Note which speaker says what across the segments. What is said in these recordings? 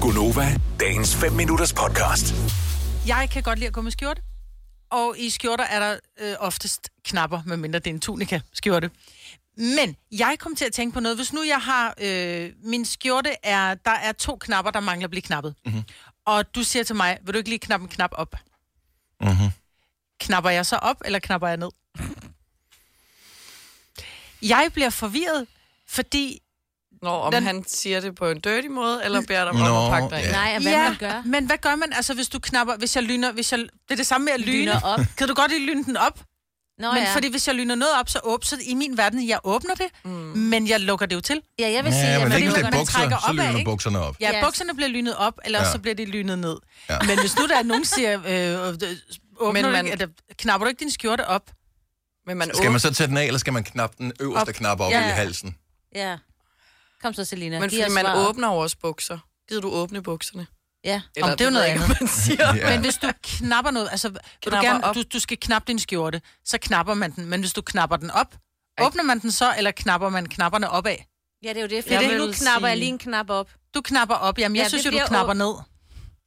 Speaker 1: Gunova, dagens 5 minutters podcast.
Speaker 2: Jeg kan godt lide at gå med skjorte. Og i skjorter er der øh, oftest knapper, medmindre det er en tunika-skjorte. Men jeg kom til at tænke på noget. Hvis nu jeg har... Øh, min skjorte er... Der er to knapper, der mangler at blive knappet. Mm-hmm. Og du siger til mig, vil du ikke lige knappe en knap op? Mm-hmm. Knapper jeg så op, eller knapper jeg ned? Jeg bliver forvirret, fordi...
Speaker 3: Nå, om
Speaker 2: Den-
Speaker 3: den... han siger det på en dirty måde, eller beder dig om Nå, at
Speaker 4: Nå,
Speaker 3: pakke dig ind.
Speaker 4: ja.
Speaker 5: Nej, og hvad man gør.
Speaker 2: men hvad gør man? Altså, hvis du knapper... Hvis jeg lyner... Hvis jeg, det er det samme med at lyne.
Speaker 5: Lyner op.
Speaker 2: Kan du godt lige lyne den op?
Speaker 5: Nå,
Speaker 2: Men
Speaker 5: ja.
Speaker 2: fordi hvis jeg lyner noget op, så åbner så i min verden, jeg åbner det, mm. men jeg lukker det jo til.
Speaker 5: ja, jeg vil sige,
Speaker 4: Ja,
Speaker 5: at
Speaker 4: men
Speaker 5: man
Speaker 4: det er
Speaker 5: lukker
Speaker 4: det
Speaker 5: den.
Speaker 4: bukser,
Speaker 2: trækker
Speaker 4: så
Speaker 2: opad,
Speaker 4: lyner
Speaker 2: ikke?
Speaker 4: bukserne op.
Speaker 2: Ja, yes.
Speaker 5: Yes.
Speaker 2: bukserne bliver lynet op, eller ja.
Speaker 4: Ja.
Speaker 2: så bliver de lynet ned. Ja.
Speaker 4: Ja.
Speaker 2: Men hvis nu der er nogen, der siger, øh, øh, åbner
Speaker 3: Men
Speaker 2: man...
Speaker 3: man-
Speaker 2: du ikke, eller, knapper du ikke din skjorte op?
Speaker 3: Men man,
Speaker 4: Skal man så tage den af, eller skal man knappe den øverste
Speaker 2: Op.
Speaker 4: knap op
Speaker 5: Ja,
Speaker 4: ja. i
Speaker 5: ja.
Speaker 4: halsen?
Speaker 5: Ja. Kom så, Selina.
Speaker 3: men
Speaker 5: Giv
Speaker 3: fordi
Speaker 5: os
Speaker 3: man
Speaker 5: svaret.
Speaker 3: åbner over også bukser. Gider du åbne bukserne?
Speaker 5: Ja.
Speaker 2: Om det er jo noget
Speaker 3: ved jeg ikke, man siger.
Speaker 4: Ja.
Speaker 2: Men hvis du knapper noget, altså vil du,
Speaker 3: Knapper
Speaker 2: gerne,
Speaker 3: op.
Speaker 2: du, du skal knappe din skjorte, så knapper man den. Men hvis du knapper den op, åbner man den så, eller knapper man knapperne opad?
Speaker 5: Ja, det er jo det.
Speaker 2: Jeg
Speaker 5: Fordi
Speaker 2: vil
Speaker 5: nu knapper jeg
Speaker 3: sige-
Speaker 5: lige en knap op.
Speaker 2: Du knapper op, jamen jeg ja,
Speaker 5: Ja,
Speaker 2: synes
Speaker 5: det
Speaker 2: jo, du
Speaker 5: bliver
Speaker 2: knapper
Speaker 5: åb-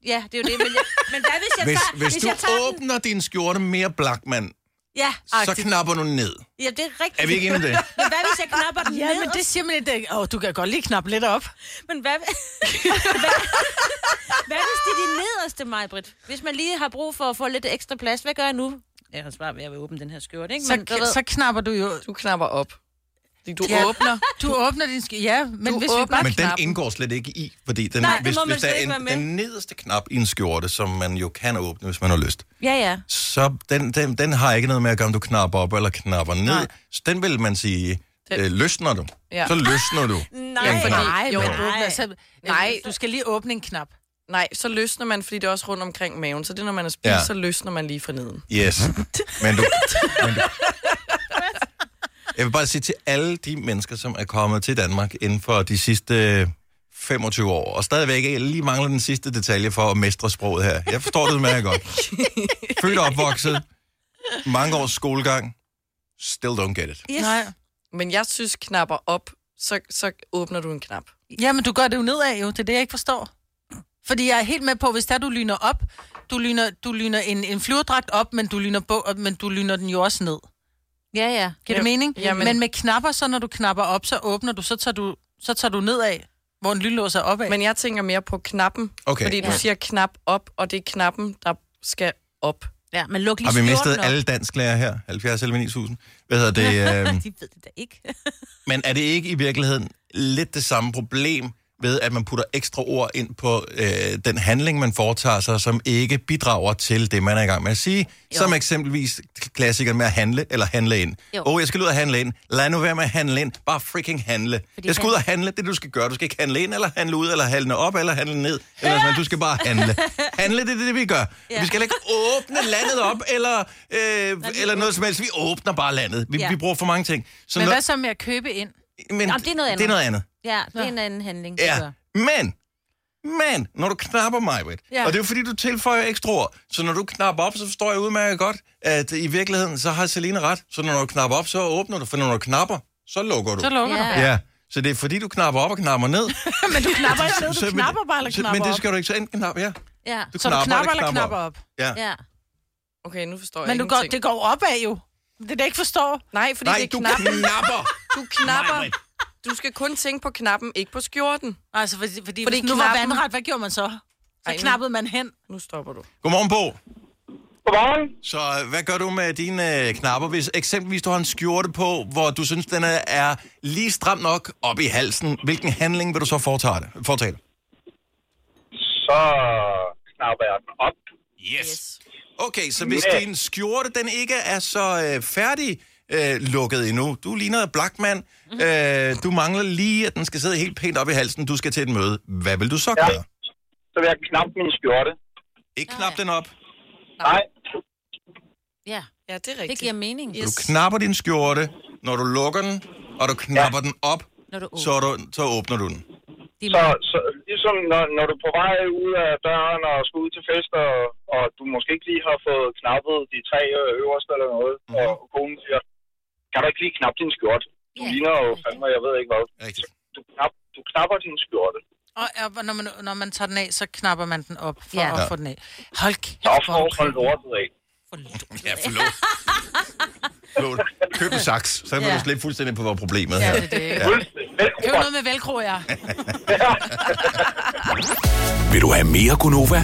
Speaker 2: ned.
Speaker 5: Ja, det er jo det. Men, jeg, men hvad hvis jeg
Speaker 4: Hvis,
Speaker 5: tager,
Speaker 4: hvis, du
Speaker 5: jeg tager den?
Speaker 4: åbner din skjorte mere blakmand,
Speaker 5: Ja,
Speaker 4: så knapper du ned.
Speaker 5: ja, det er rigtigt.
Speaker 4: Er vi ikke enige om det?
Speaker 5: Men hvad hvis jeg knapper den
Speaker 2: Ja,
Speaker 5: ned?
Speaker 2: men det siger man ikke. Åh, du kan godt lige knappe lidt op.
Speaker 5: Men hvad, hvad, hvad hvis det er de nederste, Majbrit? Hvis man lige har brug for at få lidt ekstra plads, hvad gør jeg nu? Jeg kan svare, at jeg vil åbne den her skjorte, ikke?
Speaker 2: Så, så knapper du jo
Speaker 3: Du knapper op. Fordi du
Speaker 2: Ja.
Speaker 3: åbner.
Speaker 2: Du åbner din sk- Ja, men
Speaker 3: Du
Speaker 2: hvis vi
Speaker 3: åbner-
Speaker 2: bare...
Speaker 4: Men den
Speaker 3: knappen.
Speaker 4: indgår slet ikke i, fordi den,
Speaker 5: Nej, det
Speaker 4: hvis,
Speaker 5: må man
Speaker 4: hvis der
Speaker 5: slet
Speaker 4: er
Speaker 5: ikke
Speaker 4: en,
Speaker 5: være med.
Speaker 4: den nederste knap i en skjorte, som man jo kan åbne, hvis man har lyst,
Speaker 5: ja, ja.
Speaker 4: så den, den, den har ikke noget med at gøre, om du knapper op eller knapper ned.
Speaker 2: Nej.
Speaker 4: Nej. Så den vil man sige,
Speaker 3: Den-
Speaker 4: øh, løsner du.
Speaker 3: Ja.
Speaker 4: Ja. Så løsner du.
Speaker 5: Nej,
Speaker 3: Ja, fordi-
Speaker 2: Nej,
Speaker 3: Jo.
Speaker 2: men åbner, så... Nej,
Speaker 3: Nej.
Speaker 2: du skal lige åbne en knap.
Speaker 3: Nej, så løsner man, fordi det er også rundt omkring maven. Så det er, når man er spist, ja.
Speaker 4: Ja.
Speaker 3: så løsner man lige fra neden.
Speaker 4: Yes. Men du, men du... Jeg vil bare sige til alle de mennesker, som er kommet til Danmark inden for de sidste 25 år, og stadigvæk ikke lige mangler den sidste detalje for at mestre sproget her. Jeg forstår det meget godt. Født og opvokset, mange års skolegang, still don't get it.
Speaker 5: Yes.
Speaker 2: Nej.
Speaker 3: Men jeg synes, knapper op, så, så åbner du en knap.
Speaker 2: Ja, men du gør det jo nedad jo. Det er det, jeg ikke forstår. Fordi jeg er helt med på, hvis der du lyner op, du lyner, du lyner en, en flyverdragt op, men du, lyner bo, op, men du lyner den jo også ned.
Speaker 5: Ja, ja.
Speaker 2: Giver det
Speaker 3: Jo,
Speaker 2: mening?
Speaker 3: jamen-
Speaker 2: Men med knapper, så når du knapper op, så åbner du, så tager du, så tager du nedad, hvor en lynlås er opad. Men,
Speaker 3: Men jeg tænker mere på knappen.
Speaker 4: Okay.
Speaker 3: Fordi du
Speaker 5: Ja.
Speaker 3: siger knap op, og det er knappen, der skal op.
Speaker 5: Ja, men luk lige
Speaker 4: Har vi mistet
Speaker 5: skjorten op.
Speaker 4: alle dansklærer her? 70 eller 9000? Hvad hedder det? øhm,
Speaker 5: De ved det da ikke.
Speaker 4: Men er det ikke i virkeligheden lidt det samme problem ved, at man putter ekstra ord ind på øh, den handling, man foretager sig, som ikke bidrager til det, man er i gang med at sige? Jo. Som eksempelvis klassikeren med at handle eller handle ind.
Speaker 5: Jo.
Speaker 4: Åh, oh, jeg skal ud og handle ind. Lad nu være med at handle ind. Bare freaking handle.
Speaker 5: Fordi
Speaker 4: jeg skal
Speaker 5: han-
Speaker 4: ud og handle. Det er det, du skal gøre. Du skal ikke handle ind, eller handle ud, eller handle op, eller handle ned. Eller sådan, noget. du skal bare handle. Handle, det er det, vi gør. Ja. Vi skal heller ikke åbne landet op, eller, øh, eller noget som helst. Vi åbner bare landet. Vi,
Speaker 5: Ja.
Speaker 4: ja. vi bruger for mange ting. Så
Speaker 2: men
Speaker 4: når-
Speaker 2: hvad så med at købe ind?
Speaker 4: men
Speaker 5: Jamen, det er noget andet.
Speaker 4: Det er noget andet.
Speaker 5: Ja, det er en anden handling. du
Speaker 4: Ja.
Speaker 5: gør.
Speaker 4: Men, men, når du knapper mig, ved,
Speaker 2: Ja.
Speaker 4: ja. og det er jo fordi, du tilføjer ekstra ord, så når du knapper op, så forstår jeg udmærket godt, at i virkeligheden, så har Selina ret. Så når du knapper op, så åbner du, for når du knapper, så lukker du.
Speaker 2: Så lukker
Speaker 5: Ja.
Speaker 2: du.
Speaker 4: ja. Så det er fordi, du knapper op og knapper ned.
Speaker 2: Men du knapper ikke ned,
Speaker 4: Så-
Speaker 2: du knapper bare, eller
Speaker 4: så,
Speaker 2: knapper
Speaker 4: Men det
Speaker 2: op.
Speaker 4: skal du ikke så enten knappe, ja.
Speaker 5: Ja.
Speaker 4: Du
Speaker 2: Så du knapper eller knapper op?
Speaker 4: Ja. ja.
Speaker 5: Ja.
Speaker 3: Okay, nu forstår jeg
Speaker 2: Men du går,
Speaker 3: ingenting.
Speaker 2: det går opad jo. Det er det, jeg ikke forstår.
Speaker 3: Nej, fordi det
Speaker 4: Nej,
Speaker 3: er
Speaker 4: du
Speaker 3: knap.
Speaker 4: knapper.
Speaker 3: Du knapper.
Speaker 4: Nej,
Speaker 3: Du skal kun tænke på knappen, ikke på skjorten.
Speaker 2: Altså, fordi, fordi, fordi
Speaker 3: Fordi
Speaker 2: hvis nu var
Speaker 3: knappen-
Speaker 2: vandret, hvad gjorde man så? Så
Speaker 3: Ej, nu-
Speaker 2: knappede man hen.
Speaker 3: Nu stopper du.
Speaker 4: Godmorgen, Bo.
Speaker 6: Godmorgen.
Speaker 4: Så øh, hvad gør du med dine øh, knapper, hvis eksempelvis du har en skjorte på, hvor du synes, den er, er lige stram nok op i halsen? Hvilken handling vil du så foretage det? Foretage det?
Speaker 6: Så knapper jeg den op.
Speaker 4: Yes. Okay, så hvis
Speaker 6: Ja.
Speaker 4: din skjorte, den ikke er så øh, færdig øh, lukket endnu, du ligner en Blackman,
Speaker 6: Mhm.
Speaker 4: øh, du mangler lige, at den skal sidde helt pænt op i halsen, du skal til et møde. Hvad vil du så
Speaker 6: Ja.
Speaker 4: gøre?
Speaker 6: Så vil jeg knappe min skjorte.
Speaker 4: Ikke knap den op.
Speaker 6: Nej.
Speaker 5: Ja,
Speaker 3: Ja, det er rigtigt.
Speaker 5: det giver mening,
Speaker 4: Du
Speaker 3: Yes.
Speaker 4: knapper din skjorte, når du lukker den, og du knapper den op,
Speaker 5: når du
Speaker 4: så,
Speaker 5: åbner.
Speaker 4: er du, så åbner du den.
Speaker 5: De
Speaker 6: Så,
Speaker 5: mange-
Speaker 6: så ligesom når, når du er på vej ud af døren og skal ud til fest, og, og du måske ikke lige har fået knappet de tre øh, øverste eller noget, mm-hmm. og konen siger, kan du ikke lige knappe din skjorte? Du
Speaker 5: Ja.
Speaker 6: ligner jo fandme, jeg ved ikke hvad.
Speaker 4: Rigtigt.
Speaker 6: Du, knap, du knapper din skjorte.
Speaker 2: Og, og når, man, når man tager den af, så knapper man den op for
Speaker 5: Ja.
Speaker 2: ja.
Speaker 4: Ja.
Speaker 2: at få den af. Hold kæft,
Speaker 6: Så
Speaker 2: hvor er
Speaker 6: får
Speaker 2: du
Speaker 6: man
Speaker 2: klog.
Speaker 6: lortet af.
Speaker 4: Ja, forlåt. forlåt. Køb en saks, så kan ja.
Speaker 2: Ja.
Speaker 4: du slippe fuldstændig på, hvor problemet
Speaker 2: Ja,
Speaker 4: her.
Speaker 2: det er det.
Speaker 4: Ja.
Speaker 6: Fuldstændig.
Speaker 2: Det er jo noget med velcro, ja.
Speaker 1: Vil du have mere Gunova?